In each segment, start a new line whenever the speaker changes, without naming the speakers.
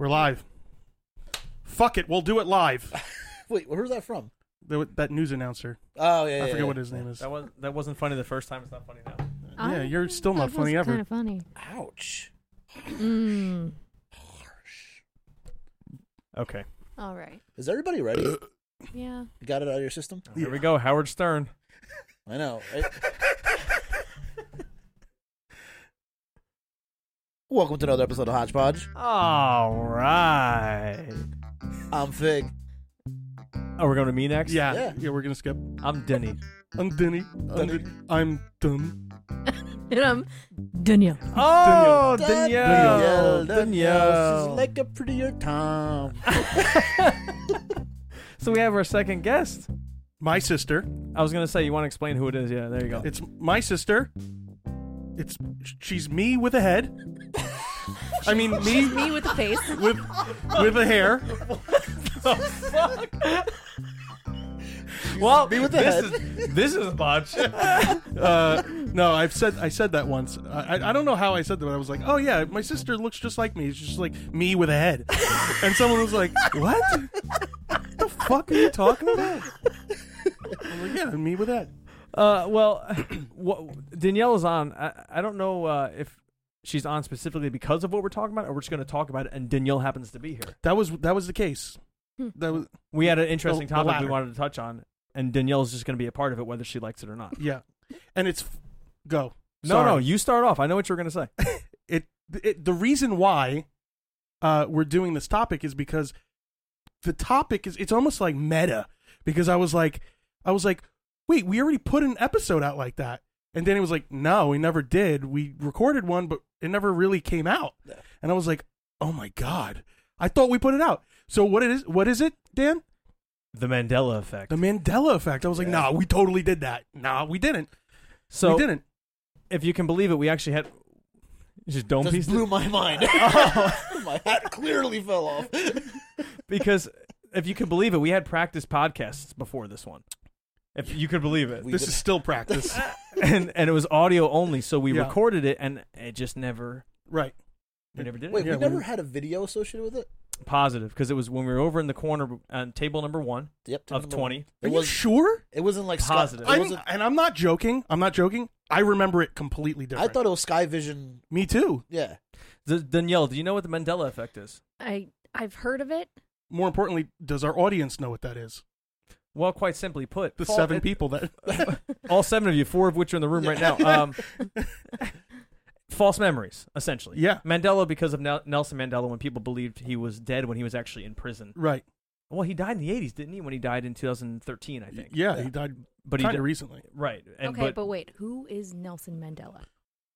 We're live. Fuck it, we'll do it live.
Wait, where's that from?
The- that news announcer.
Oh
I
yeah, yeah,
forget
yeah.
what his name is.
That was that wasn't funny the first time. It's not funny now.
Yeah, you're still not
that
funny
was
ever.
Kind of funny.
Ouch.
Mm.
Okay,
All right.
Is everybody ready? you
Yeah.
got it out of your system?
here we go. Howard Stern.
I know. right? Welcome to another episode of Hodgepodge.
All right.
I'm Fig.
Oh, we're going to me next.
Yeah, yeah,
Yeah.
we're gonna skip.
I'm Denny.
I'm Denny. I'm,
Denny.
the- I'm done.
And um, I'm Dunya.
Oh,
Danielle,
Oh, Danielle.
Danielle,
Danielle.
She's like a prettier Tom.
So we have our second guest.
My sister.
I was gonna say you want to explain who it is. Yeah, there you go.
It's my sister. It's she's me with a head. I mean me
Me with the face.
with with a hair.
well,
me with the
this
head.
is this is a botch.
Uh, no, I've said I said that once. I, I- I don't know how I said that. But I was like, oh yeah, my sister looks just like me. It's just like me with a head. And someone was like, what? what the fuck are you talking about? I'm like, yeah, me with a head.
Uh, well, what, Danielle is on. I, I don't know uh, if she's on specifically because of what we're talking about, or we're just going to talk about it, and Danielle happens to be here.
That was that was the case. That was
We had an interesting
The- the
topic we
latter.
wanted to touch on, and Danielle's just going to be a part of it, whether she likes it or not.
yeah. And it's go.
No,
Sorry.
no, you start off. I know what you were going to say.
it, it the reason why uh, we're doing this topic is because the topic is it's almost like meta because I was like I was like wait we already put an episode out like that and then it was like no we never did we recorded one but it never really came out and I was like oh my god I thought we put it out so what it is what is it Dan
The Mandela effect.
the Mandela effect I was like nah we totally did that nah we didn't
so,
we didn't
if you can believe it, we actually had you just don't
Just
piece
blew my mind. my hat clearly fell off.
because if you can believe it, we had practice podcasts before this one. If you could believe it,
We
this
did-
is still practice
and and it was audio only, so we
Yeah.
recorded it, and it just never
right
we never did
Wait,
it.
Yeah,
we never
we-
had a video associated with it.
Positive because it was when we were over in the corner on table number one
Yep.
of
number-
twenty.
are
It
you
was.
sure
It wasn't like Sky-
Positive.
it
I
I'm-
wasn't-
and I'm not joking. I'm not joking. I remember it completely
I
different.
thought it was Sky Vision.
me too.
Yeah.
D- Danielle, do you know what the Mandela effect is?
I I've heard of it.
More importantly, does our audience know what that is?
Well, quite simply put,
The
Paul-
seven
it-
people that
all seven of you, four of which are in the room right now. Um, false memories, essentially.
Yeah.
Mandela, because of Nel- Nelson Mandela, when people believed he was dead when he was actually in prison.
right.
Well, he died in the '80s, didn't he? When he died in 2013, I think.
Yeah,
Yeah.
he died
But he
kind
di-
of recently.
right. And,
okay, but, wait, who is Nelson Mandela?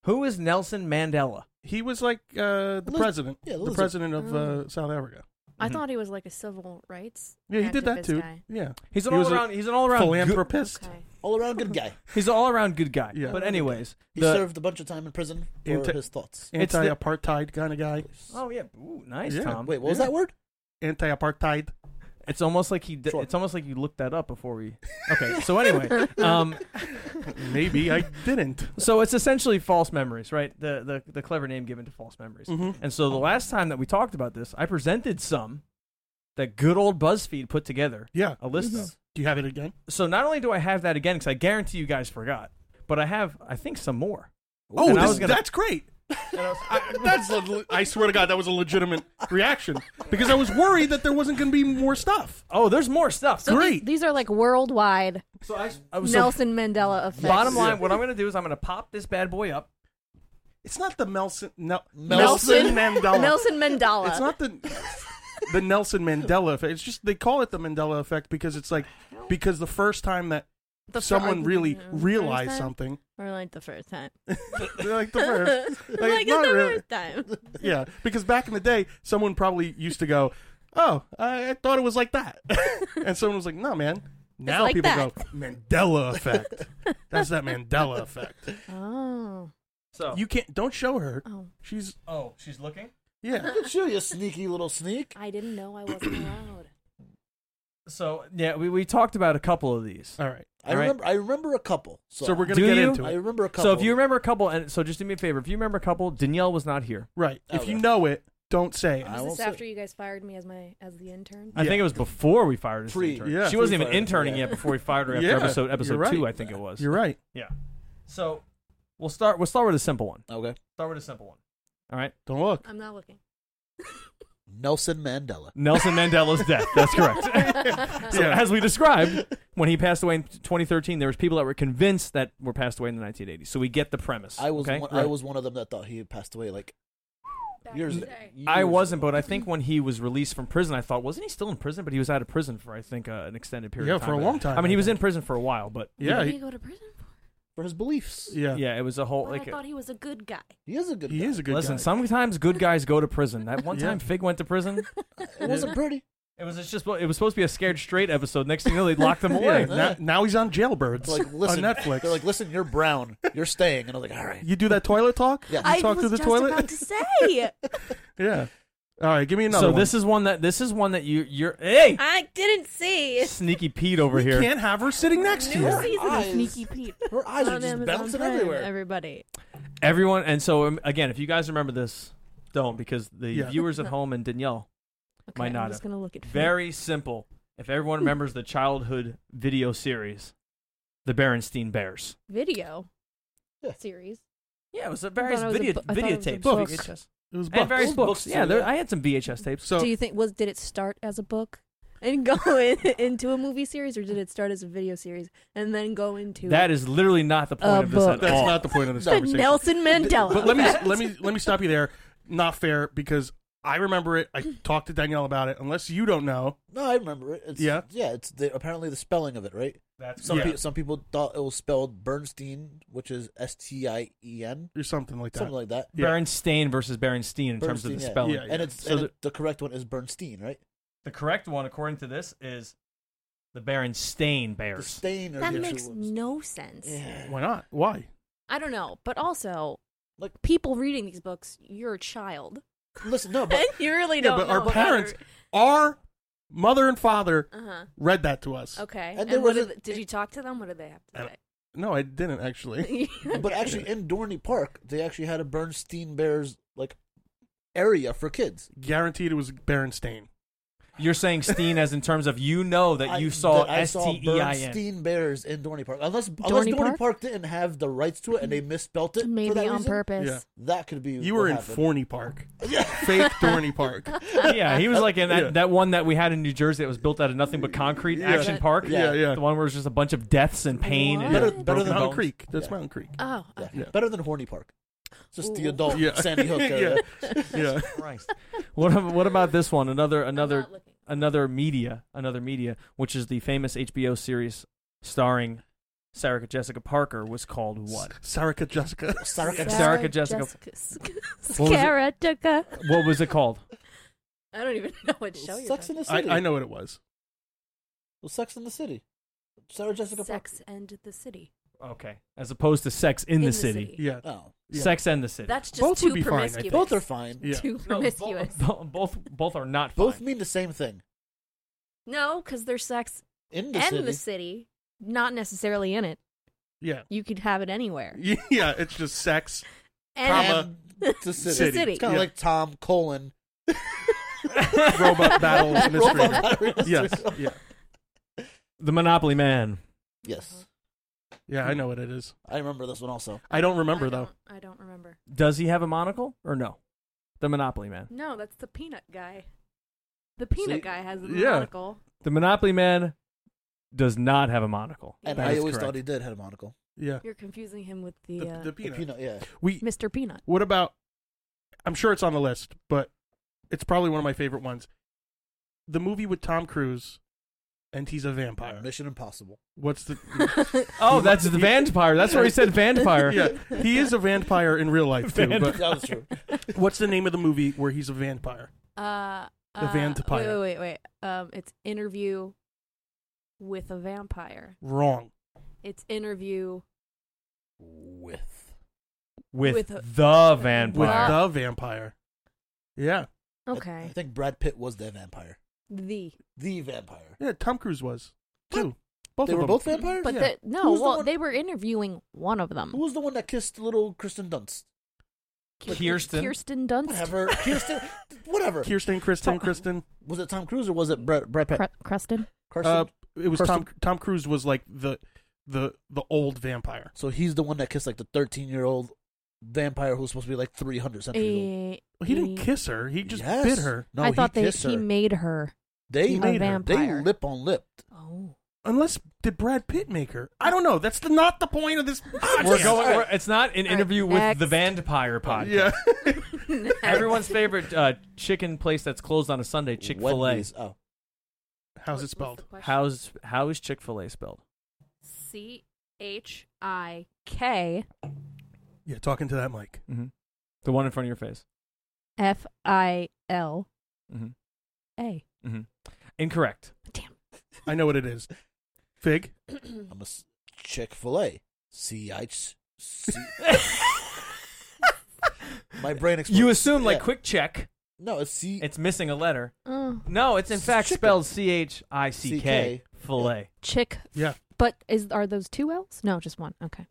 who is Nelson Mandela?
He was like uh, the
Liz-
president,
yeah,
the
Liz-
president of
Oh.
Mm.
uh, South Africa.
I
Mhm.
thought he was like a civil rights.
Mm-hmm. Yeah, he did that
activist
too.
guy.
Yeah,
He's an
He was
all
a
around. He's an all around
philanthropist.
Okay.
All around good guy.
He's an all around good guy.
Yeah.
But anyways,
He
the-
served a bunch of time in prison for
Anti-
his thoughts.
It's the-
Anti-apartheid kind of guy.
Oh yeah, Ooh, nice
Yeah.
Tom.
Wait, what was
Yeah.
that word?
Anti-apartheid.
It's almost like he. d
Sure.
It's almost like you looked that up before we. Okay, so anyway, um,
Maybe I didn't.
so it's essentially false memories, right? The the the clever name given to false memories.
Mhm.
And so the last time that we talked about this, I presented some that good old BuzzFeed put together
Yeah. Mm-hmm.
a list of.
Do you have it again?
So not only do I have that again because I guarantee you guys forgot, but I have I think some more.
Oh,
And I
this-
was gonna-
that's great. I, that's a le- I swear to God, that was a legitimate reaction because I was worried that there wasn't going to be more stuff.
Oh, there's more stuff.
So
Great.
these, these are like worldwide
So I, I was- so
Nelson Mandela effects.
bottom line, what I'm gonna do is I'm gonna pop this bad boy up.
It's not the Melson. No,
Nelson
Mandela.
Nelson Mandela.
It's not the the Nelson Mandela effect. It's just they call it the Mandela effect because it's like because the first time that
The fir-
someone really
Yeah, first
realized
time?
something,
Or like the first time.
they're like the first, like,
like
not
the
really,
first time.
yeah. Because back in the day, someone probably used to go, "Oh, I, I thought it was like that," and someone was like, "No, man." Now
like
people
that.
go Mandela effect. That's that Mandela effect.
Oh.
So
You can't. Don't show her.
Oh.
She's
Oh, she's looking.
yeah.
Look at you, you sneaky little sneak.
I didn't know I wasn't allowed.
So yeah, we, we talked about a couple of these.
All right.
I
All right.
remember. I remember a couple. So,
So we're gonna
Do
get
you?
into
I
it.
remember a couple.
So if you remember a couple, and so just do me a favor, if you remember a couple, Danielle was not here.
Right.
Oh,
if you
yeah.
know it, Don't say it.
I
Was
won't
this
say-
after you guys fired me as my as the intern?
I think it was before we fired her. as the
Pre-
intern.
yeah.
she wasn't even
Pre-fired,
interning
yeah.
yet before we fired her after
Yeah,
episode episode
you're right.
two. I think it was.
You're right.
Yeah. So we'll start. We'll start with a simple one.
Okay.
Start with a simple one. All right.
Don't look.
I'm not looking.
Nelson Mandela.
Nelson Mandela's death. That's correct. So
Yeah.
as we described, when he passed away in 2013, there was people that were convinced that were passed away in the 1980s. So we get the premise.
I was
okay?
one, I
Right.
was one of them that thought he had passed away like
Back
years.
in
ago.
the day.
Years
I
ago.
wasn't, but I think when he was released from prison, I thought, wasn't he still in prison? But he was out of prison for I think uh, an extended period.
Yeah,
of time.
for a long time,
I mean,
I
he was in
think.
prison for a while, but
Yeah.
Why did
He,
he go to prison? for?
for his beliefs.
yeah.
yeah, it was a whole
Why
Oh, like.
I thought he was a good guy.
He is a good.
He
guy.
is a good
listen,
guy.
sometimes good guys go to prison. That one
Yeah.
time Fig went to prison.
It wasn't pretty.
It was it's just it was supposed to be a scared straight episode. Next thing you know, they locked him
Yeah,
away.
now, now he's on Jailbirds
It's like listen,
on Netflix.
They're like, listen, you're brown. You're staying. And I was like, all right.
you do that toilet talk?
Yeah.
You
I
talk
was
through the
just
toilet?
about to say.
yeah. All right, give me another
so
one.
this is one that this is one that you you're hey
I didn't see.
sneaky Pete over
we
here.
can't have her sitting next to
New
you.
season
eyes.
of Sneaky Pete.
Her eyes are
On
just
Amazon
bouncing
Prime,
everywhere.
Everybody.
Everyone, and so um, again, if you guys remember this, don't because the
Yeah.
viewers at home and Danielle.
Okay,
Might not
I'm just
have.
gonna look at Fig.
Very simple. If everyone remembers the childhood video series, the Berenstein Bears.
video
Yeah.
series.
Yeah, it was a
various
various
it was a
video
video- bu- I thought it was a
videotapes,
videotapes,
book.
VHS,
It was
and
Buck.
various
Old
books.
books,
yeah,
too,
there,
yeah.
I had some VHS tapes.
So
Do you think was did it start as a book and go in, into a movie series, or did it start as a video series and then go into
That is literally not the point
A
of this at
book.
that's
all.
not the point of this
the
conversation.
Nelson Mandela?
But let me let me let me stop you there. Not fair because I remember it. I talked to Danielle about it. Unless you don't know,
No, I remember it. It's,
Yeah.
Yeah. It's the, apparently the spelling of it, right?
That's
Some
Yeah.
people some people thought it was spelled Bernstein, which is S T I E N,
or something like that.
something like that.
Yeah.
Bernstein versus Berenstein in terms of the
Bernstein, yeah.
spelling.
Yeah, yeah.
And it's
So
and
the-
it- the correct one is Bernstein, right?
The correct one, according to this, is the Berenstain
The
Bears.
stain. Or
that
the
makes
actual-
no sense.
Yeah.
Why not? Why?
I don't know, but also
Like-
people reading these books, you're a child.
Listen, no, but
you really
Yeah,
don't.
but
know
our
about
parents,
it.
our mother and father,
Uh-huh.
read that to us.
Okay.
And
And,
there
what
was
did,
a-
did you talk to them? What did they have to
No, I didn't actually.
say?
but actually in Dorney Park, they actually had a Bernstein Bears like area for kids.
Guaranteed, it was Berenstain.
You're saying Steen as in terms of you know that you saw
that I
S T E I N.
Bernstein Bears in Dorney Park. Unless unless
Dorney
Dorney Park?
Park?
didn't have the rights to it and they misspelt it. for
Maybe
that
on
reason,
purpose.
Yeah.
That could be.
You
what
were in
happened.
Forney Park,
Yeah.
fake Dorney Park.
Yeah, he was like in that,
Yeah.
that one that we had in New Jersey that was built out of nothing but concrete,
Yeah.
Action Park.
Yeah, yeah.
The one where it was just a bunch of deaths and pain. And
Better-
broken
better than
Mountain
bones.
Creek. That's
Yeah.
Mountain Creek.
Oh,
Yeah.
Yeah.
Better than Horny Park. It's just the
Ooh.
adult
Yeah.
Sandy Hook uh, area.
Oh, Yeah.
Christ. What, ab- what about this one? Another another
I'm not looking.
another media, another media, which is the famous HBO series starring Sarah Jessica Parker was called what?
Sarika Jessica.
Sarah Jessica-
Sarah Jessica-
Jessica.
What was it?
Sarah Jessica.
What was it called?
I don't even know what show you're
Sex
talking
in the
I,
City.
I know what it was.
Well, Sex in the City. Sarah Jessica
about.
Parker.
Sex and the City.
Okay. As opposed to Sex in, the, city.
Yeah.
Oh,
Yeah.
Sex and the City.
That's just
Both
too
would be fine, I
promiscuous.
think.
both are fine.
Yeah.
too
No,
promiscuous.
bo- both both are not
Both
fine.
mean the same thing.
No, because there's sex
In the
and
city.
the city, not necessarily in it.
Yeah.
You could have it anywhere.
Yeah. It's just sex.
And
comma,
and the city.
city.
City.
It's kind of
Yeah.
like Tom colon.
Robot battle mystery.
Robot battery mystery.
Yes. Yeah.
The Monopoly Man.
Yes.
Yeah. I know what it is.
I remember this one also.
I don't remember
I
though.
don't- I don't remember.
Does he have a monocle or no? The Monopoly Man.
No, that's the peanut guy. The peanut
See?
guy has the
Yeah.
monocle.
The Monopoly Man does not have a monocle.
And
That
I
is
always
correct.
thought he did have a monocle.
Yeah.
You're confusing him with the,
The,
uh,
the
A
peanut.
peanut, yeah.
We.
Mr. Peanut.
What about? I'm sure it's on the list, but it's probably one of my favorite ones. The movie with Tom Cruise, and he's a vampire.
Mission Impossible.
What's the?
Oh, that's the vampire. That's where he said vampire.
yeah, he is a vampire in real life too.
that
But
was true.
what's the name of the movie where he's a vampire?
Uh,
The
uh,
vampire.
Wait, wait, wait. wait. Um, it's interview with a vampire.
Wrong.
It's interview.
With.
With,
With a-
the
With
vampire.
the vampire. Yeah,
I- I,
Okay.
think Brad Pitt was the vampire.
The.
The vampire.
yeah. Tom Cruise was too. Both
they
of
were
them.
both vampires?
But
Yeah.
the, no,
Who's the
well,
one-
Hmm.
they were interviewing one of them.
Who was the one that kissed little Kristen Dunst?
Kirsten.
Kirsten Dunst.
Whatever. Kirsten. Whatever.
Kirsten, Kristen, Kristen.
Was it Tom Cruise or was it Brett? Brett Pitt?
Cre- Creston.
Carson?
Uh, it was
Kirsten-
Tom. Tom Cruise was like the the the old vampire.
so he's the one that kissed like the 13 year old vampire who's supposed to be like 300 centuries old.
Eh,
He didn't
eh,
kiss her. He just
Yes.
bit her.
No,
I thought
he
they
kissed her.
he made her.
they
he
a
made her.
vampire.
They lip on lip.
Oh,
Unless did Brad Pitt make her? I don't know. That's the, not the point of this.
We're
podcast.
going. We're, it's not an
All right,
interview with the
next.
Vampire Pod.
Yeah.
Everyone's favorite uh, chicken place that's closed on a Sunday, Chick Fil A.
Wendy's. Oh,
How's it spelled?
How's how is Chick Fil A spelled?
C H I K
Yeah, talking to that mic.
The one in front of your face.
F I L
Mm-hmm.
A.
Incorrect.
I know what it is. Fig.
I'm a Chick Fil A. C I C. My brain exploded.
You assume like
Yeah.
quick check.
No, it's C.
It's missing a letter.
Oh.
No, it's in fact
Chicken.
spelled C H I C K
CK.
fillet.
Chick.
Yeah.
But is are those two L's? No, just one. Okay.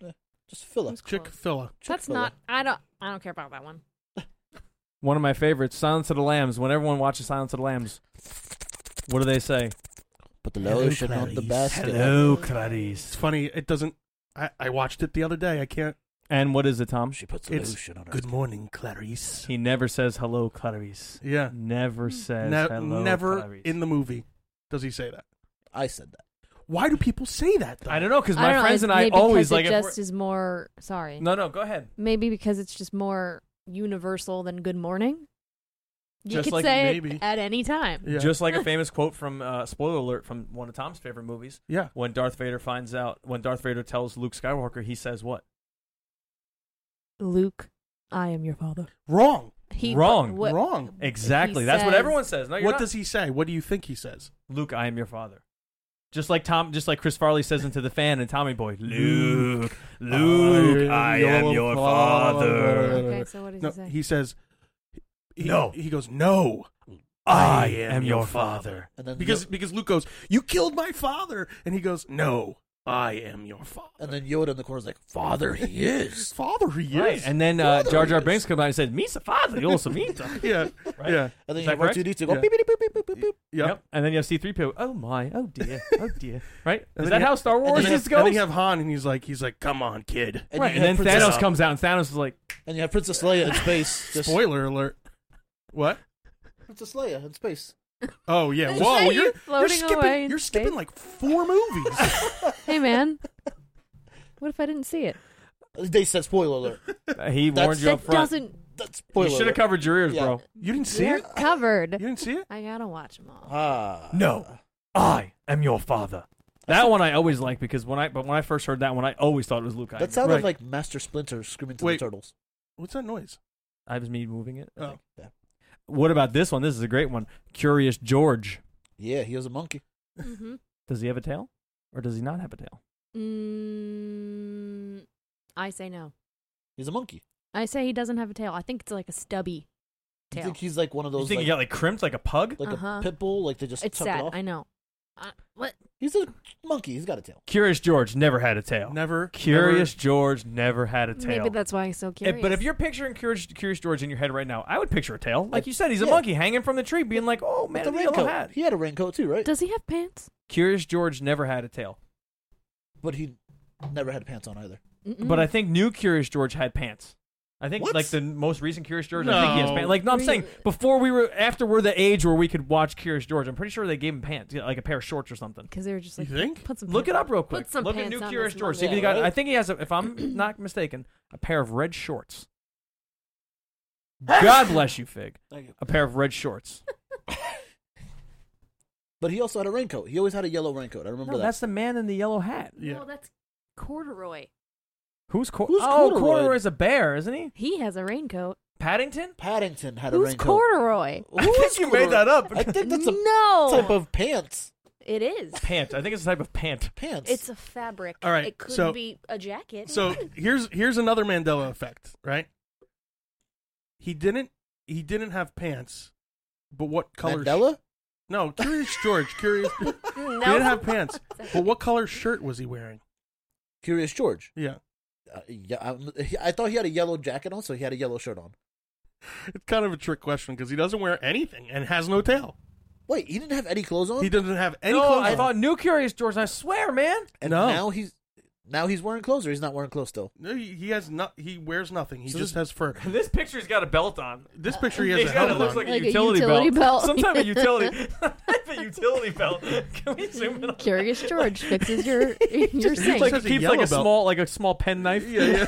Just fill it.
Chick fil
That's
Chick-fil-A.
not. I don't. I don't care about that one.
One of my favorites, Silence of the Lambs. When everyone watches Silence of the Lambs, what do they say?
Put the lotion on the basket.
It's
Clarice.
funny. It doesn't. I, I watched it the other day. I can't.
And what is it, Tom?
She puts the
It's
lotion on her.
Good morning, Clarice.
He never says hello, Clarice.
Yeah.
Never
Hmm.
says
Ne-
hello.
never
Clarice.
in the movie does he say that.
I said that.
Why do people say that? Though?
I don't know because
I
my
don't know,
friends
it-
and I
maybe
always
because it
like. if
just
we're-
is more. Sorry.
no, no, go ahead.
Maybe because it's just more universal than good morning. You
Just
could
like
say
maybe.
it at any time.
Yeah.
Just like a famous quote from uh, spoiler alert from one of Tom's favorite movies.
yeah.
When Darth Vader finds out, when Darth Vader tells Luke Skywalker, he says what?
Luke, I am your father.
Wrong.
He
Wrong.
what-
Wrong.
Exactly.
he
That's what
says-
everyone says. No, you're
what
not.
does he say? What do you think he says?
Luke, I am your father. Just like Tom, just like Chris Farley says into the fan and Tommy Boy, Luke, Luke, I, am your father.
Okay, so what does
No,
he say?
he says. He,
No.
He goes no.
I am your father.
And then
Because
Yo-
because Luke goes, you killed my father, and he goes, no, I am your father.
and then Yoda in the corner's like, "Father, he is."
father he
Right.
is.
And then uh,
Father
Jar Jar
is.
Binks comes out and says, Misa father, you also Misa.
yeah,
Right?
yeah,
And
Is
then
that
you have two D two go
Yeah.
beep beep beep beep beep beep. beep.
yeah.
Yep. And then you have C3PO. Oh my, oh dear, oh dear. Right?
And then
Is that
you-
how Star
And
Wars
then,
just
and then
goes?
you have Han, and he's like, he's like, come on, kid.
And you
right. And then
have Princess-
Thanos comes out and Thanos is like,
And you have Princess Leia in space. Just
Spoiler alert. What?
Princess Leia in space.
Oh yeah.
Is
Whoa,
that you
you're you're
floating
skipping
away in
you're skipping
space?
like four movies.
hey man, what if I didn't see it?
They said spoiler alert.
uh, he
That's-
warned you up
That
front.
doesn't
That's spoiler.
You should have
alert.
covered your ears,
Yeah.
bro.
you didn't see
you're
it.
covered.
You didn't see it.
I gotta watch them all.
Ah.
No, I am your father. That one I always like because when I but when I first heard that one, I always thought it was Luke. I,
That sounded
Right.
like Master Splinter screaming to
Wait.
the turtles.
What's that noise?
I was me moving it. I
Oh.
think.
Yeah.
What about this one? This is a great one. Curious George.
Yeah, he was a monkey.
Mm-hmm.
Does he have a tail, or does he not have a tail?
Mm, I say no.
He's a monkey.
I say he doesn't have a tail. I think it's like a stubby
You
tail.
think he's like one of those
you think
like,
he got like crimped like a pug?
like
Uh-huh.
a pit bull? Like they just
it's
tuck it
sad.
off.
I know. Uh, what?
He's a monkey. He's got a tail.
Curious George never had a tail.
Never
Curious George never had a tail.
Maybe that's why he's so
Eh,
curious.
But if you're picturing Curious, Curious George in your head right now, I would picture a tail. Like
Like,
you said, he's a
yeah.
monkey hanging from the tree, being like, "Oh man,
the
the yellow
raincoat.
hat."
He had a raincoat too, right?
does he have pants?
Curious George never had a tail.
But he never had pants on either.
Mm-mm.
But I think new Curious George had pants. I think
What?
like the most recent Curious George. I think he has
No.
pants. Like no, I'm
Really?
saying before we were after we're the age where we could watch Curious George. I'm pretty sure they gave him pants, yeah, like a pair of shorts or something.
because they were just
You
like
think?
put some.
Look it
pants-
up real quick.
Put some
Look
pants
at new
on
Curious
this Oh.
George. See if
Monday.
he got.
right?
I think he has. A, if I'm not mistaken, a pair of red shorts. God bless you, Fig.
Thank you.
A pair of red shorts.
But he also had a raincoat. He always had a yellow raincoat. I remember
No,
that.
that's the man in the yellow hat.
Yeah.
Well, that's corduroy.
Who's, Cor-
Who's
oh
Corduroy?
Corduroy's a bear, isn't he?
He has a raincoat.
Paddington.
Paddington had a
Who's
raincoat.
corduroy?
I think
Who's
you
corduroy?
made that up.
I think that's a
no.
type of pants.
it is.
Pant. I think it's a type of pant.
Pants.
It's a fabric.
All right,
It could
so-
be a jacket.
So here's here's another Mandela effect, right? He didn't he didn't have pants, but what color?
Mandela.
No, Curious George. Curious.
no.
He didn't have pants, but what color shirt was he wearing?
Curious George.
Yeah.
Uh, yeah, I'm, I thought he had a yellow jacket on, so he had a yellow shirt on.
It's kind of a trick question because he doesn't wear anything and has no tail.
Wait, he didn't have any clothes on,
He doesn't have any
no,
clothes
I
on.
thought New Curious George. I swear, man.
and
No.
now he's now he's wearing clothes, or he's not wearing clothes still.
No, he he has not. He wears nothing. He
So
just
this-
has fur.
And this picture's got a belt on.
This picture he has
He's
a
got it
helmet
looks
on.
like,
Like
a
a
utility,
utility
belt.
belt.
Some type of utility, a utility belt. Can we zoom in? on
Curious George fixes your your
Just like-
sink.
Like
has a
keeps
yellow
like a
belt.
small like a small penknife.
yeah, yeah.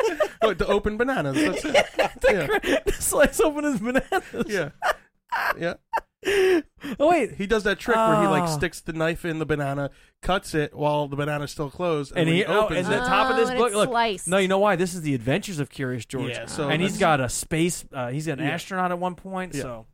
oh, to open bananas. That's it. Yeah,
Slice open his bananas.
yeah, yeah.
Oh wait,
He does that trick where he like
Ah.
sticks the knife in the banana, cuts it while the banana's still closed, and,
and
when
he
he
oh,
opens
and the
it.
top of
Oh,
this
and
book.
it's
Look,
sliced.
no, you know why? This is the Adventures of Curious George.
Yeah, so
and he's
that's-
got a space. Uh, he's an
Yeah.
astronaut at one point.
Yeah.
So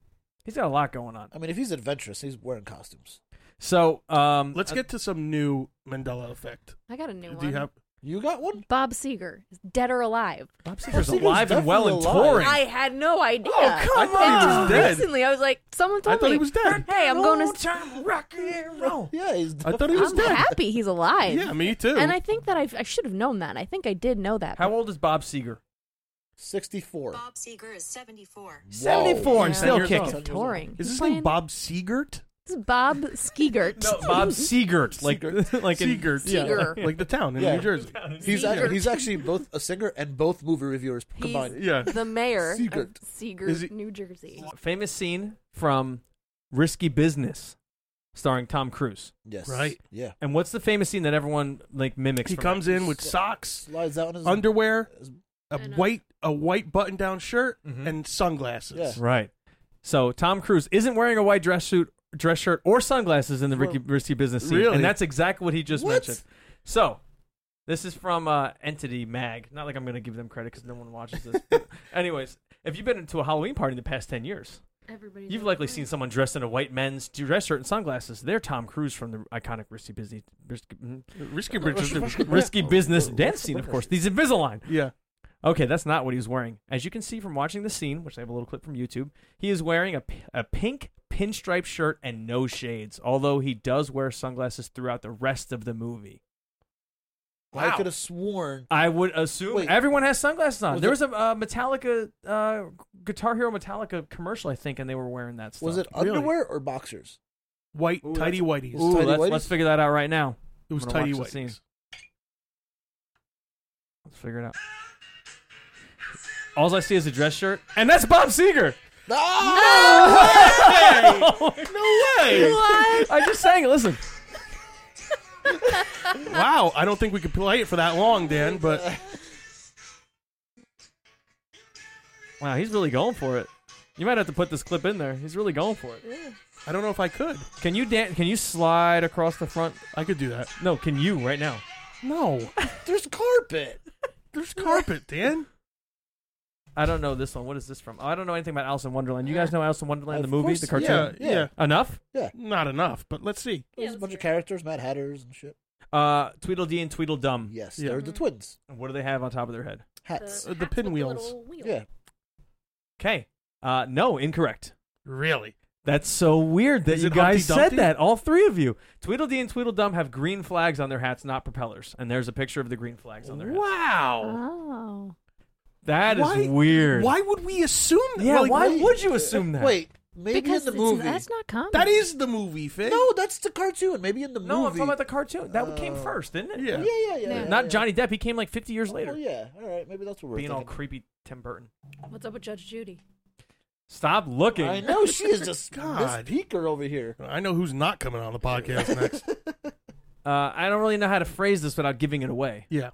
he's got a lot going on.
I mean, if he's adventurous, he's wearing costumes.
So um,
Let's get to some new Mandela effect.
I got a new one.
Do you have?
You got one?
Bob Seeger, dead or alive?
Bob Seger's
Seger's
alive and well and
definitely
touring.
Right. alive.
I had no idea.
Oh come
I thought he was
on!
dead.
Recently, I was like, someone
I
told
thought
me.
he was dead.
Hey, I'm going to.
time rock and roll.
Yeah, he's.
Oh. I thought he was
I'm
dead.
happy he's alive.
Yeah, me too.
And I think that I've, I should have known that. I think I did know that.
How old is Bob Seger?
sixty-four.
Bob Seeger is 74.
Whoa.
Seventy-four and
Yeah.
still
Ten years
kicking.
old.
He's touring?
Is
He's
his
playing-
name Bob Seegert?
This is Bob Skigert.
No, Bob Seegert, like like in,
Seegert, yeah,
Seeger.
like the town in
Yeah.
New Jersey.
He's
Seeger.
act- he's actually both a singer and both movie reviewers combined.
Yeah,
the mayor
Seegert.
of Seegert,
Is he-
New Jersey.
famous scene from Risky Business, starring Tom Cruise.
Yes.
Right.
Yeah.
And what's the famous scene that everyone like mimics?
he
from
comes in with socks,
Slides out in his
underwear,
his-
a
I know.
white a white button down shirt,
Mhm.
and sunglasses.
it? Right. So Tom Cruise isn't wearing a white dress suit, dress shirt, or sunglasses in the Ricky, Risky Business scene,
Really?
and that's exactly what he just
What?
mentioned. So. This is from uh, Entity Mag. Not like I'm going to give them credit because no one watches this. But anyways, if you've been into a Halloween party in the past 10 years,
Everybody.
You've likely seen someone dressed in a white men's dress shirt and sunglasses. They're Tom Cruise from the iconic Risky Busy, risky, mm,
Risky Bridges.
risky Business dance scene, of course. These Invisalign.
yeah,
Okay, that's not what he was wearing. As you can see from watching the scene, which I have a little clip from YouTube, he is wearing a, p- a pink pinstripe shirt and no shades, although he does wear sunglasses throughout the rest of the movie.
I
Wow.
could have sworn.
I would assume
Wait.
everyone has sunglasses on.
Was
there
it-
was a uh, Metallica, uh, Guitar Hero Metallica commercial, I think, and they were wearing that stuff.
Was it
Really?
underwear or boxers?
white
Ooh,
tidy whities.
Ooh, Tidy
let's,
Whities?
let's figure that out right now.
it was
I'm gonna
tidy
watch the
whities.
Let's figure it out. All I see is a dress shirt, and that's Bob Seger. no way!
What?
I just sang it. Listen,
Wow, I don't think we could play it for that long, Dan. But
wow, he's really going for it. You might have to put this clip in there. He's really going for it.
I don't know if I could.
Can you dan- Can you slide across the front?
I could do that.
No, can you right now?
No,
There's carpet.
there's carpet, Dan.
I don't know this one. What is this from? Oh, I don't know anything about Alice in Wonderland. You guys know Alice in Wonderland, the
Of
movie,
course,
the cartoon.
Yeah,
Yeah.
yeah,
Enough.
not enough. But let's see.
There's a bunch of characters, Mad Hatters and shit.
Uh, Tweedledee and Tweedledum.
Yes,
Yeah.
Mm-hmm.
they're the twins.
And What do they have on top of their head?
Hats.
Uh, the pinwheels.
yeah.
Okay. Uh, no, incorrect.
Really?
That's so weird that
Is
you
it
guys
Humpty Dumpty?
said that. All three of you. Tweedledee and Tweedledum have green flags on their hats, not propellers. And there's a picture of the green flags on their head.
Wow.
Oh.
That is
Why-
weird.
Why would we assume that?
Yeah,
Like,
why
wait,
would you assume that?
Wait, maybe
Because
in the
it's-
movie.
that's not common.
That is the movie, Finn.
No, that's the cartoon. Maybe in the
No,
movie.
I'm talking about the cartoon. That came
Uh,
first, didn't it?
yeah.
Yeah, yeah, yeah.
Yeah.
yeah,
Not
yeah.
Johnny Depp. He came like 50 years later.
Oh yeah. All right. Maybe that's what we're
Being all
thinking.
creepy Tim Burton.
What's up with Judge Judy?
Stop looking.
I know she is just
God.
God. Miss Peeker over here.
I know who's not coming on the podcast next.
Uh, I don't really know how to phrase this without giving it away.
Yeah.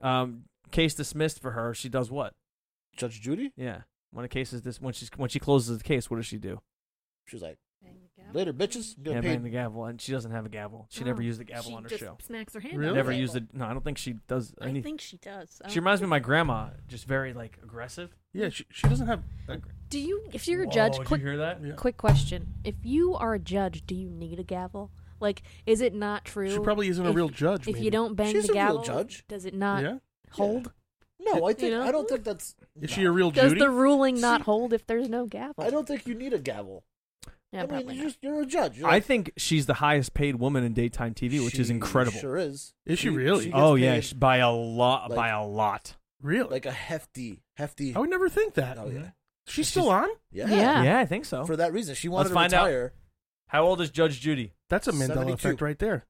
Um, case dismissed for her. She does what?
Judge Judy.
Yeah. When a case is this, when she's when she closes the case, what does she do?
She's like, later, bitches. I'm
Yeah,
gonna
bang
pay.
the gavel, and she doesn't have a gavel. She never
Oh,
used the gavel
she
on her
just
show.
Smacks her hand.
Really?
on
Never
the
used
table.
it. No, I don't think she does
I
anything.
think she does. I
She
don't
reminds me of
think-
my grandma, just very like aggressive.
Yeah, she, she doesn't have. a-
Do you? If you're a
Whoa,
judge,
did
quick,
you hear that?
Yeah.
quick question: If you are a judge, do you need a gavel? Like, is it not true?
She probably isn't a
if-
real judge.
If
maybe.
you don't bang
She's
the
a real
gavel,
judge.
does it not
yeah,
hold?
No, I think
know?
I don't think that's.
is
no.
she a real
Does
Judy?
the ruling not
See-
hold if there's no gavel?
I don't think you need a gavel.
Yeah,
I mean,
probably.
you
not.
just, you're a judge. You're
I
like,
think she's the highest paid woman in daytime TV, which is
"She
incredible.
Sure is.
Is she really?
gets
oh yeah,
paid,
sh- by a lot,
like-
by a lot.
Really?
like a hefty, hefty.
I would never think that.
Oh yeah,
She's still on?
yeah,
Yeah.
Yeah, I think so.
For that reason, she wanted
Let's find
to
out.
retire.
How old is Judge Judy?
That's a Mandela
72.
effect right there.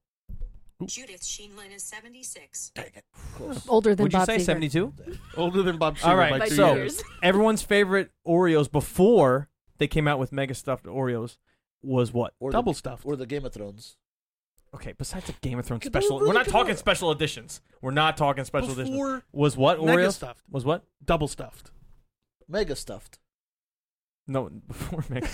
Judith Sheenlin is 76.
Dang it, close.
Older than
Would you
Bob
say
Seger.
seventy-two?
Older than Bob Seger
All right,
by
By
two
two
so
years.
everyone's favorite Oreos before they came out with mega stuffed Oreos was what?
Or
Double
the,
stuffed.
or the Game of Thrones.
Okay, besides the Game of Thrones
Get the
special,
really
we're not
good
talking
Oreo.
special editions. We're not talking special editions.
Before
Was what
Mega
Oreos?
Stuffed.
Was what?
double stuffed.
Mega stuffed.
No, before mega.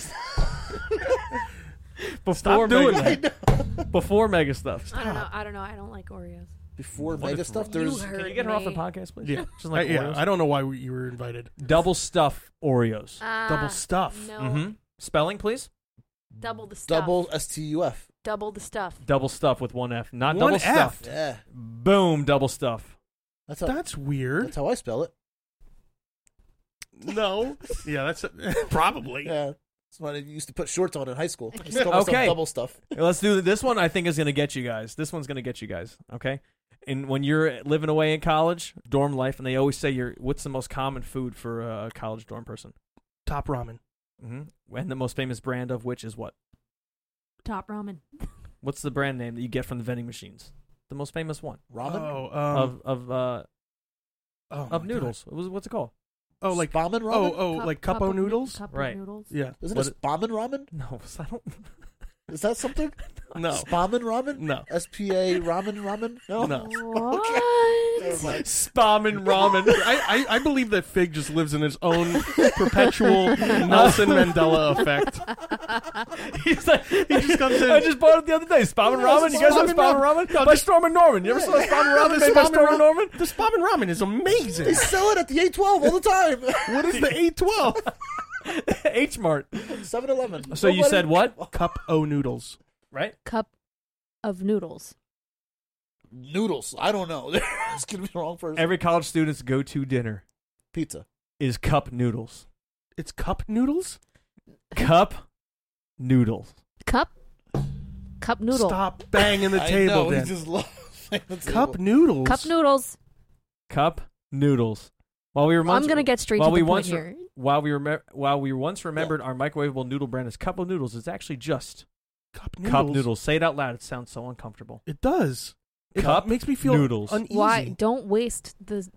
before
Stop doing
mega,
that.
Before mega stuffed.
I don't know. I don't know. I don't like Oreos.
Before
What
mega
is
stuffed,
wrong?
there's
You
Can
Heard
you get her off the
me.
podcast, please?
Yeah.
Just like
I, yeah,
Oreos.
I don't know why we- you were invited.
Double stuff Oreos.
Double stuff.
Uh, No.
Mm-hmm. Spelling, please.
Double the stuff.
double uh, STUF.
Double the stuff.
Double stuff with one F, not
One
double
F.
stuffed.
Yeah,
Boom, double stuff.
that's how
That's weird.
that's how I spell it.
no. Yeah, that's probably.
Yeah, that's when I used to put shorts on in high school. I used to call myself
Okay.
double stuff.
Let's do this one. I think is gonna get you guys. This one's gonna get you guys. Okay. And when you're living away in college, dorm life, and they always say you're what's the most common food for a college dorm person?
Top ramen.
Mm-hmm. And the most famous brand of which is what?
Top ramen.
Oh,
What's the brand name that you get from the vending machines? The most famous one
Ramen.
Oh, um,
of of uh,
oh
of
my
noodles. What was- what's it called?
God. Oh, like
Spamen ramen.
oh oh
Cup-
like
cup
cupo
of noo-
noodles.
Cup
Right.
of noodles.
Yeah.
Isn't
What-
it spamen ramen?
No, I don't.
Is that something?
no.
Spamen ramen?
No.
S P A ramen ramen? No. Oh
No.
What?
Never mind.
Spam and ramen.
I, I, I believe that Fig just lives in his own perpetual Nelson
Oh.
Mandela effect.
He's like, he
just comes in. Oh,
I just bought it the other day. Spam and
Yeah,
ramen. You guys
Spam
have
and
spam and ramen by Storm and Norman. You ever saw spam and ramen made by
Spam and
Storm and
Ra-
Norman?
The Spam and Ramen is
They
amazing.
sell it at the A12 all the time.
what is the eight twelve?
H Mart.
7 Eleven.
So you said what?
Cup O noodles.
Right.
Cup of noodles.
Noodles. I don't know. it's going to be the wrong person.
Every college student's go-to dinner
Pizza.
is cup noodles.
It's cup noodles?
Cup noodles.
Cup. Cup noodle.
Stop banging the
I
table
know,
then.
He just loves the
Cup
table.
noodles.
Cup noodles.
Cup noodles. While we were once,
I'm gonna get straight
while
to
we
the point
once
here.
while we remem- while we once remembered our microwavable noodle brand is cup of noodles is actually just
cup noodles.
cup noodles. Say it out loud. It sounds so uncomfortable.
It does. It
Cup
makes me feel
noodles.
uneasy.
Why? Don't waste the,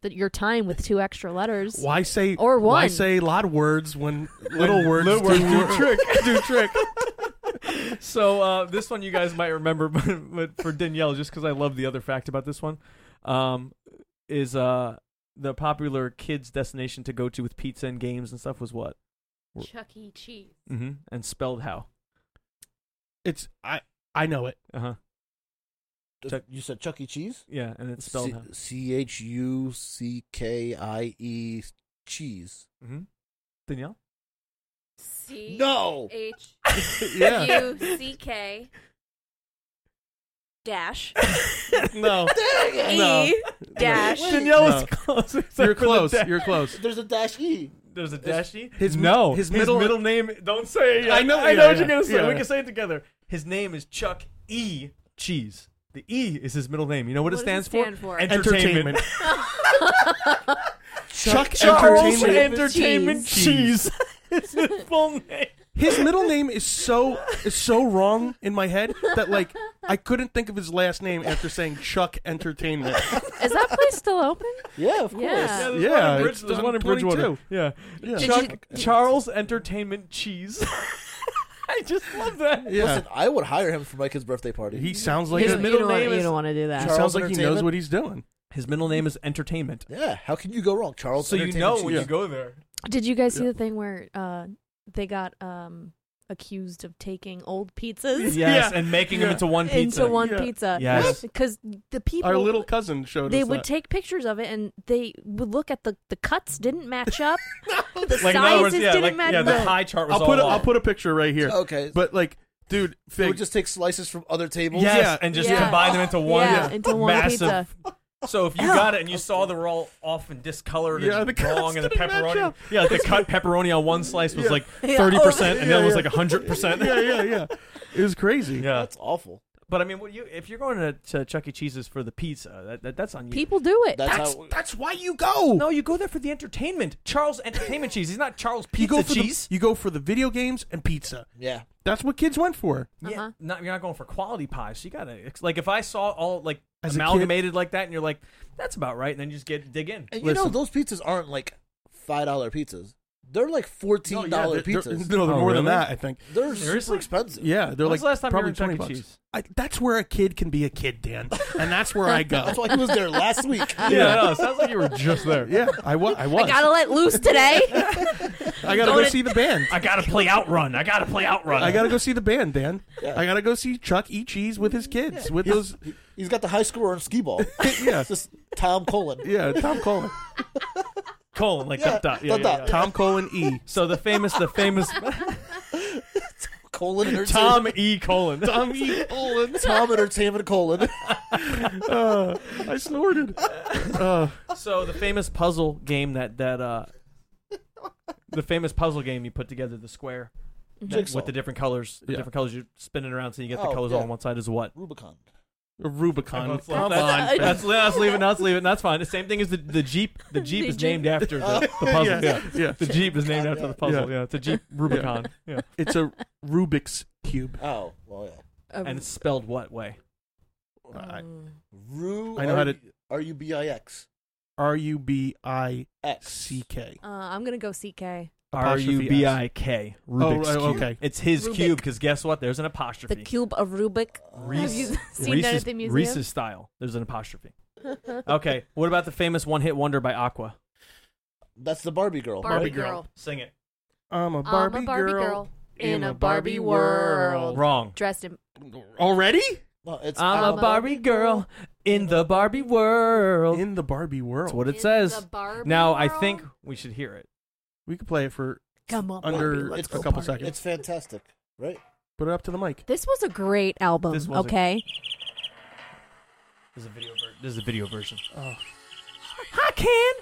the your time with two extra letters.
Why say
Or
Why
one.
say a lot of words when little words
little words
do
do
wor-
trick.
do trick?
So uh, this one you guys might remember, but, but for Danielle, just because I love the other fact about this one, um, is uh, the popular kids' destination to go to with pizza and games and stuff was what?
Chuck E. Cheese.
Mm-hmm. And spelled how?
It's I I know it.
Uh huh. Chuck-
You said Chuck E. Cheese?
Yeah, and it's spelled how?
C H U C K I E cheese.
Mm-hmm. Danielle.
C
No!
H
Yeah.
U C K dash
no. No.
E dash.
Danielle was
No.
close. except
You're
for the
close.
da-
You're close.
There's a dash E.
There's a dash E.
His mi-
no.
his middle-
name. Don't say it. Yet.
I know-
I
yeah,
know what
yeah,
you're gonna say.
yeah.
We can say it together. His name is Chuck E. Cheese. The E is his middle name. You know what, it
What does
stands
it stand
for?
for?
Entertainment.
Chuck, E.
Charles
Entertainment.
Entertainment Cheese. it's his full name.
His middle name is so is so wrong in my head that like I couldn't think of his last name after saying Chuck Entertainment.
Is that place still open?
Yeah, of course.
Yeah.
there's
Yeah,
one in, Bridge-
it's
there's
on
one in Bridgewater.
22.
Yeah.
Yeah.
Chuck Charles Entertainment Cheese. I just love that.
Yeah.
Listen, I would hire him for my kid's birthday party.
he sounds like
you,
a,
don't-
he
you
middle
don't wanna-
name
you
is
don't want to do that.
Charles-
sounds like he knows
Entertainment?
what he's doing.
His middle name is Entertainment.
yeah, how can you go wrong, Charles?
So you
Entertainment
know
Cheese.
when
Yeah.
you go there.
Did you guys see the thing where uh, they got um, accused of taking old pizzas
Yes,
Yeah.
and making them
Yeah.
into one pizza.
into one
Yeah.
pizza?
Yes.
Because the people
Our little cousin showed
they
us
would
that.
take pictures of it and they would look at the the cuts didn't match up. the
Like in
sizes
other words, yeah,
didn't
like,
match
yeah,
up.
the pie chart was
I'll put a,
all
I'll
off.
put a picture right here.
Oh, Okay.
But like, dude,
we
Fig,
just take slices from other tables.
Yes,
Yeah.
and just
Yeah.
combine them into one
Yeah, into one
massive
pizza.
So if you got it and you saw they were all off and discolored
Yeah,
and
the cuts
wrong, and the
didn't match
pepperoni,
up.
yeah, like the cut pepperoni on one slice was
Yeah.
like
Yeah,
thirty percent, and the other was
yeah,
like hundred percent.
yeah, yeah, yeah. It was crazy.
Yeah,
That's awful.
but I mean, what you if you're going to, to Chuck E. Cheese's for the pizza, that, that that's on you.
People do it.
That's,
That's
how.
that's why you go.
no, you go there for the entertainment. Charles Entertainment Cheese. He's not Charles
you
Pizza
go for
Cheese.
The, you go for the video games and pizza.
Yeah.
That's what kids went for.
Yeah,
Uh-huh.
not, you're not going for quality pies. So you gotta it's like if I saw all like
As a kid-
amalgamated like that, and you're like, that's about right, and then you just get dig in.
And you know those pizzas aren't like five dollar pizzas. They're like fourteen dollar
they're- they're-
pizzas.
no, they're
Oh,
more than
really?
that. I think.
They're, super
Seriously?
expensive.
Yeah, they're
When
like
was the last time you were
probably
in Chuck
twenty
E.
bucks.
Cheese?
I, that's where a kid can be a kid, Dan, and that's where I go.
That's why he was there last week.
Yeah, I know. It sounds like you were just there.
yeah, I was. I
I
was.
gotta let loose today.
I gotta go
Don't it-
see the band.
I gotta play Outrun. I gotta play Outrun.
I gotta go see the band, Dan.
Yeah.
I gotta go see Chuck E. Cheese with his kids. With those,
He's got the high score on skee ball.
yeah,
It's just Tom Colin.
yeah. Tom Colin,
colon like
Yeah,
dot dot. Yeah,
dot,
yeah,
dot.
yeah.
Tom Colin E.
So the famous, the famous
Colin Entertainment.
Tom E. Colon.
Tom E. Colin.
Tom Entertainment Colin.
Uh, I snorted. Uh,
So the famous puzzle game that that uh, the famous puzzle game you put together the square that-
Jigsaw.
with the different colors, the
Yeah.
different colors you spin it around so you get the
Oh,
colors all
yeah.
on one side is what.
Rubicon.
Rubicon.
That's, that's, that's, that's leave it. That's leave it. That's fine. The same thing as the, the Jeep. The Jeep
The
is
Jeep.
named after the, the puzzle.
Yeah,
Yeah.
yeah.
The Jeep is named
God,
after
yeah.
the puzzle.
Yeah.
Yeah. It's a Jeep Rubicon. Yeah.
It's a Rubik's cube.
Oh, well, yeah.
Um,
mm.
And it's spelled what way?
I-
Ru.
I know how to-
R U B I X.
R U B I
X.
C K.
Uh, I'm gonna go CK.
R U B I K. Rubik's
right,
cube.
okay.
It's his
Rubik.
cube because guess what? There's an
The
apostrophe.
cube of Rubik. Have you seen that
Reese's,
at the museum?
Reese's style. There's an apostrophe. okay. What about the famous one-hit wonder by Aqua?
That's the Barbie girl.
Barbie
right?
girl.
Sing it.
I'm a
I'm
Barbie,
a Barbie girl, in a Barbie world.
Wrong.
Dressed in
Already?
No, it's
I'm a Barbie girl in the Barbie world.
In the Barbie
That's
world.
what it
In
says.
the Barbie
Now I think
world?
we should hear it.
We could play it for
Come on,
under
Barbie,
a
let's go
couple
party.
seconds.
It's fantastic, right?
Put it up to the mic.
This was a great album.
This was a-
okay.
This is a video. Ver- this is a video version.
Oh.
I can.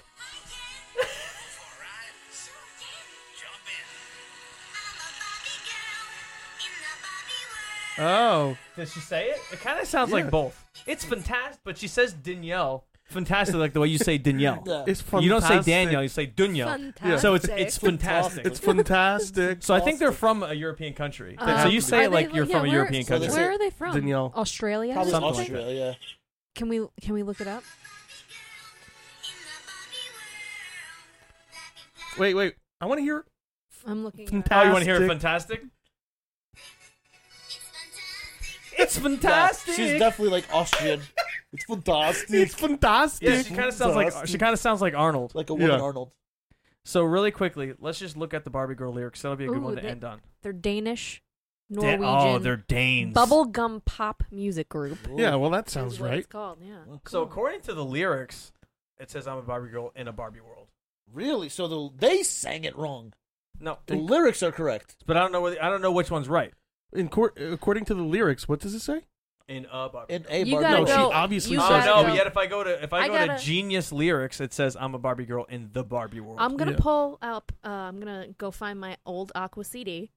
Oh.
Does she say it? It kind of sounds like both. It's fantastic, but she says Danielle. Fantastic, like the way you say Danielle.
Yeah.
It's fantastic.
You don't say Danielle, you say Danielle.
Fantastic.
So it's it's fantastic.
It's fantastic.
So I think they're from a European country.
Um,
so you
are
say it
they-
Uh, like you're
yeah,
from a
where-
European
so they
country.
say-
Where are they from?
Danielle.
Australia.
Probably
Something like
Australia.
Can we can we look it up?
wait, wait. I want to hear
I'm looking. it up.
fantastic.
oh, you want to hear fantastic? It's
Yeah,
fantastic.
She's definitely like Austrian. it's fantastic.
It's fantastic.
yeah, she kind of sounds like she
Fantastic.
kind of sounds like Arnold.
Like a woman
Yeah.
Arnold.
So really quickly, let's just look at the Barbie girl lyrics. That'll be a good
Ooh,
one to
they-
end on.
They're Danish,
Da-
Norwegian.
oh, they're Danes.
bubblegum pop music group.
Yeah, well, that sounds
is what
right.
It's called. Yeah.
So according to the lyrics, it says I'm a Barbie girl in a Barbie world.
Really? So the, they sang it wrong.
No,
The lyrics are correct.
but I don't know. Whether, I don't know which one's right.
In cor- according to the lyrics, what does it say?
In a Barbie.
In a
You
Barbie
gotta
No,
girl.
she
go.
obviously
you
says-
oh
gotta
no!
go.
But yet if I go to if I,
I
go
gotta-
to Genius lyrics, it says I'm a Barbie girl in the Barbie world.
I'm gonna
Yeah.
pull up. Uh, I'm gonna go find my old Aqua CD,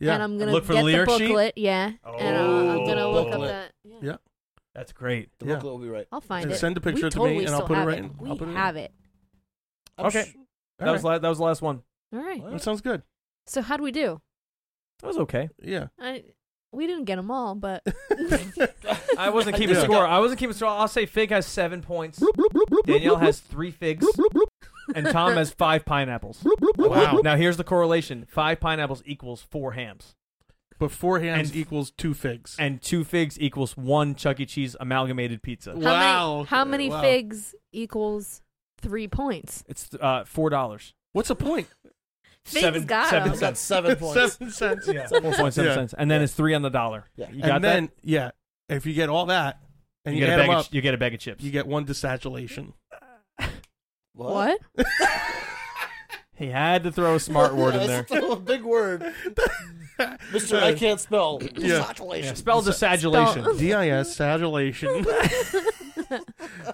Yeah.
and I'm gonna
Look for the
get
lyric sheet?
booklet. Yeah, and uh, I'm gonna
Oh.
look up
Booklet.
that. Yeah.
Yeah.
That's great.
The
Yeah.
booklet will be right.
I'll find
And
it.
send a picture
we
to me,
totally
and I'll
still
put it
have
right in.
We
I'll put it in.
have it.
I'm
Okay.
su-
That was la- that was the last one.
All right.
That sounds good.
So how do we do?
That was okay.
Yeah.
I we didn't get them all, but
I wasn't keeping
Yeah.
score. I wasn't keeping score. I'll say Fig has seven points. Danielle has three figs, and Tom has five pineapples.
Wow.
Now here's the correlation: five pineapples equals four hams,
Beforehand
And-
equals two figs.
and two figs equals one Chuck E. Cheese amalgamated pizza.
how
Wow.
many, how many
Wow.
figs equals three points?
It's uh, four dollars.
What's a point?
Figs
Seven-
got
seven
them.
I've got seven points.
Seven cents. Yeah.
Four point seven
Yeah.
cents, and then it's three on the dollar.
Yeah.
You
and
got
then
that?
yeah, if you get all that and you,
get a
add them
bag. Of,
up,
ch- you get a bag of chips.
you get one desatulation.
What?
What?
he had to throw a smart word in there.
That's still a big word. Mister, I can't spell.
Yeah.
Satulation.
Yeah, spell desagulation.
D I S satulation.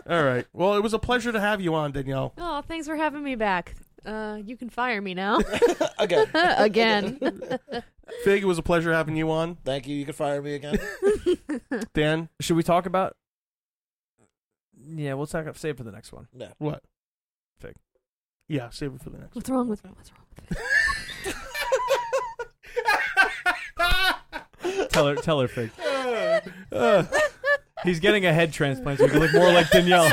All right. Well, it was a pleasure to have you on, Danielle.
Oh, thanks for having me back. Uh, you can fire me now.
again.
Again.
Fig, it was a pleasure having you on.
Thank you. You can fire me again.
Dan,
Should we talk about? Yeah, we'll talk. Save for the next one.
No.
what?
Fig.
Yeah, save it for the next.
what's wrong with what's wrong with it?
Tell her, tell her, Fig.
Uh,
He's getting a head transplant so he can look more like Danielle.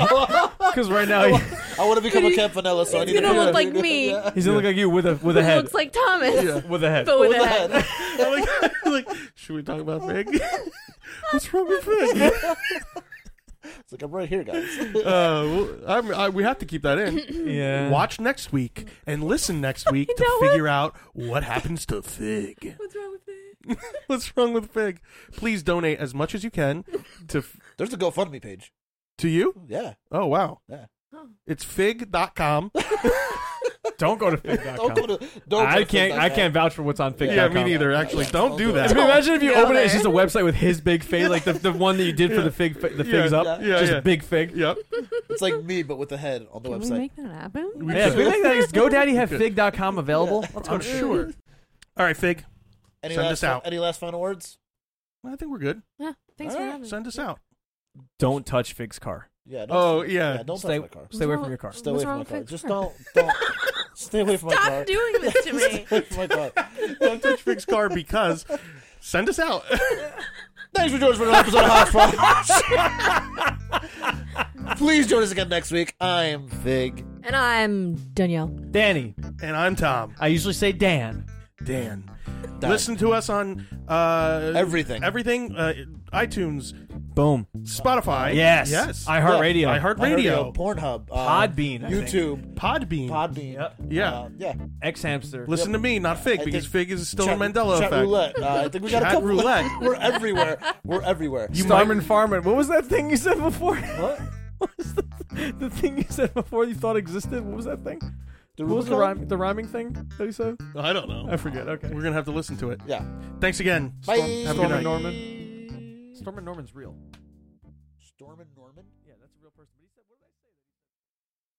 Because right now he,
I want to become a Camp Vanilla, so I
He's
need
gonna
to
look like me.
Yeah.
he's gonna look like you with a with a
It
head
looks like Thomas,
with a head.
but with,
With
a
a
head.
head.
I'm like, I'm like, should we talk about Fig? What's wrong with Fig?
It's like I'm right here, guys.
Uh, well, I'm, I, we have to keep that in.
Yeah.
Watch next week and listen next week to
know what?
figure out what happens to Fig.
What's wrong with that?
What's wrong with Fig? Please donate as much as you can to
There's a GoFundMe page.
to you.
Yeah.
Oh wow.
Yeah.
It's fig.com.
Don't go to Fig.com.
Don't go to. Don't go
I
to
can't. I
Fig.com.
can't vouch for what's on Fig.com.
Yeah, me neither. Actually, don't do
I mean,
that.
imagine if you
Go
open it, it's
there.
just a website with his big fig, like the, the one that you did for the fig, the figs
Yeah,
up,
yeah,
just
yeah.
big fig.
Yep.
It's like me, but with a head on the
Can we
website.
make that happen?
We
Yeah,
should-
if we make that, is GoDaddy have fig.com available? Let's go
I'm sure. All right, Fig.
any
Send us
last
out.
Any last final words?
I think we're good.
Yeah, thanks
All
for
right,
having me.
Send us out.
Don't touch Fig's car.
Yeah. Don't
Oh, yeah.
Don't
Stay-
touch my car.
Stay away from your car.
Stay
What's
away from my
wrong with
car.
Fig's
Just
car?
don't. Don't. Stay away from my car.
Stop doing this to me.
Stay away from my car.
Don't touch Fig's car because send us out.
Thanks for joining us for another episode of Hotspot. Please join us again next week. I am Fig.
And I'm Danielle.
Danny.
and I'm Tom.
I usually say Dan.
Dan.
Dan.
Listen to us on uh,
Everything.
Everything. Uh, iTunes,
Boom.
Spotify.
Yes.
Yes.
iHeartRadio.
I Heart Radio.
Pornhub, uh,
Podbean. I think.
YouTube,
Podbean.
Podbean.
Yep.
Yeah.
Uh, yeah.
X Hamster.
Listen to me, not Fig,
I
because
think-
Fig is still
Chat-
a Mandela
chat
effect.
Roulette. Uh, I think we got
Chat
a couple.
roulette.
We're everywhere. We're everywhere.
You
Starman
might-
Farman. What was that thing you said before?
What?
What was the, the thing you said before you thought existed? What was that thing?
The
What was the,
Rubicon?
rhyme, the rhyming thing that you said?
I don't know.
I forget. Okay.
We're gonna have to listen to it.
Yeah.
Thanks again.
Bye.
Storm- have a good
Storm
night.
and Norman. Storm and Norman's real.
Storm and Norman.
Yeah, that's a real person. But he said, what did I say?